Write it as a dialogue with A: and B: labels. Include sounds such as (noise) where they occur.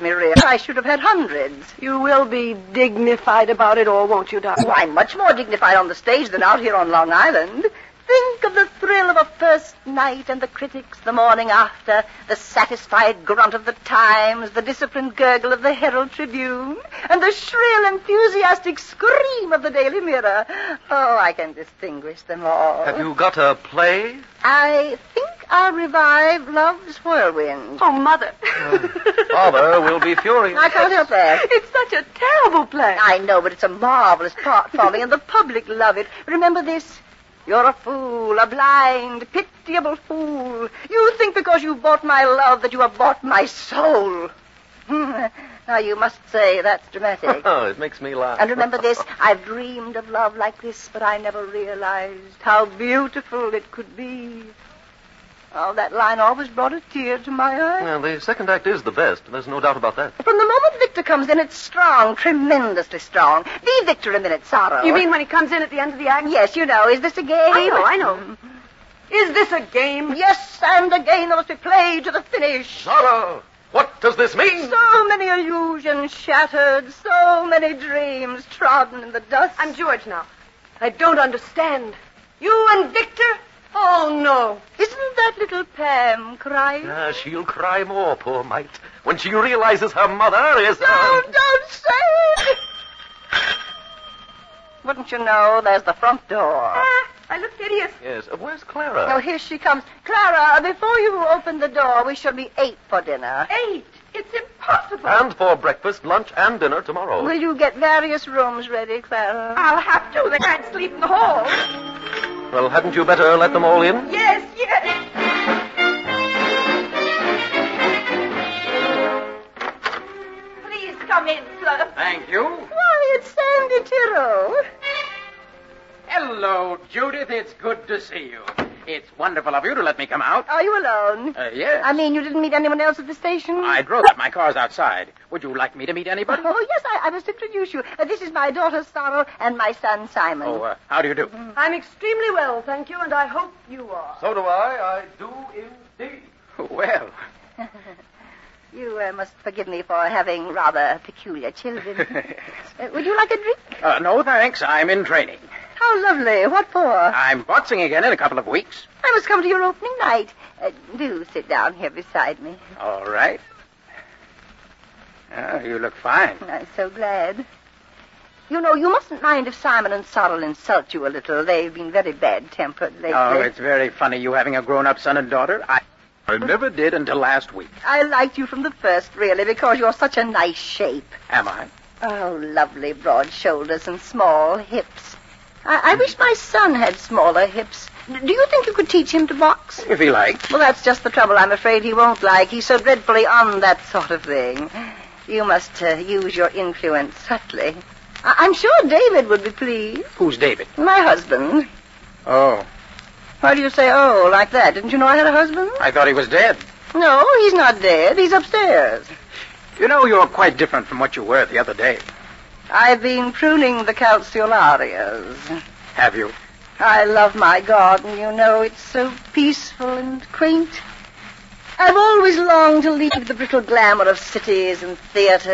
A: Maria. I should have had hundreds.
B: You will be dignified about it all, won't you, darling?
A: Why, much more dignified on the stage than out here on Long Island. Think of the thrill of a first night and the critics the morning after, the satisfied grunt of the Times, the disciplined gurgle of the Herald Tribune, and the shrill, enthusiastic scream of the Daily Mirror. Oh, I can distinguish them all.
C: Have you got a play?
A: I think I'll revive Love's Whirlwind. (laughs)
B: Oh, Mother.
C: Father will be furious. (laughs)
A: I can't help that.
B: It's such a terrible play.
A: I know, but it's a marvelous part, Father, and the public love it. Remember this. You're a fool, a blind, pitiable fool. You think because you bought my love that you have bought my soul. (laughs) Hmm. now, you must say that's dramatic.
C: (laughs) Oh, it makes me laugh.
A: And remember this I've dreamed of love like this, but I never realized how beautiful it could be. Oh, that line always brought a tear to my eye.
C: Well, the second act is the best. There's no doubt about that.
A: From the moment Victor comes in, it's strong, tremendously strong. Be Victor a minute, sorrow.
B: You mean when he comes in at the end of the act?
A: Yes, you know. Is this a game?
B: I know, I know. Is this a game?
A: Yes, and a game that must be played to the finish.
C: Zara, what does this mean?
A: So many illusions shattered, so many dreams trodden in the dust.
B: I'm George now. I don't understand. You and Victor? Oh, no.
A: Isn't that little Pam crying?
C: Ah, she'll cry more, poor mite, when she realizes her mother is.
A: No, don't say it! Wouldn't you know, there's the front door.
B: Ah, I look hideous.
C: Yes, uh, where's Clara?
A: Oh, here she comes. Clara, before you open the door, we shall be eight for dinner.
B: Eight. It's impossible.
A: Um.
C: And for breakfast, lunch, and dinner tomorrow.
A: Will you get various rooms ready, Clara?
B: I'll have to. They can't sleep in the hall.
C: Well, hadn't you better let them all in?
B: Yes, yes. Please come in, sir.
D: Thank you.
A: Why, it's Sandy Tyrrell.
D: Hello, Judith. It's good to see you. It's wonderful of you to let me come out.
A: Are you alone?
D: Uh, yes.
A: I mean, you didn't meet anyone else at the station?
D: I drove up. My car's outside. Would you like me to meet anybody?
A: Oh, yes, I, I must introduce you. Uh, this is my daughter, Sorrow, and my son, Simon.
D: Oh, uh, how do you do? (laughs)
B: I'm extremely well, thank you, and I hope you are.
C: So do I. I do indeed.
A: (laughs)
D: Well,
A: You uh, must forgive me for having rather peculiar
D: (laughs)
A: children. Uh, would you like a drink?
D: uh, no thanks. I'm in training.
A: How lovely. What for? I
D: I'm boxing again in a couple of weeks.
A: must come to your opening night. Uh, do sit down here beside me. (laughs)
D: All right. Oh, you look fine.
A: I'm so glad. You know, you mustn't mind if Simon and Sorrel insult you a little. They've been very bad tempered lately.
D: Oh, it's very funny you having a grown-up son and daughter. I, I never did until last week.
A: I liked you from the first, really, because you're such a nice shape.
D: Am I?
A: Oh, lovely broad shoulders and small hips. I, I wish my son had smaller hips. D- do you think you could teach him to box?
D: If you like.
A: Well, that's just the trouble I'm afraid he won't like. He's so dreadfully on that sort of thing. You must uh, use your influence subtly. I- I'm sure David would be pleased.
D: Who's David?
A: My husband.
D: Oh,
A: Why do you say, oh, like that? Didn't you know I had a husband?
D: I thought he was dead.
A: No, he's not dead. He's upstairs.
D: You know, you're quite different from what you were the other day.
A: I've been pruning the calceolarias.
D: Have you?
A: I love my garden, you know. It's so peaceful and quaint. I've always longed to leave the brittle glamour of cities and theaters.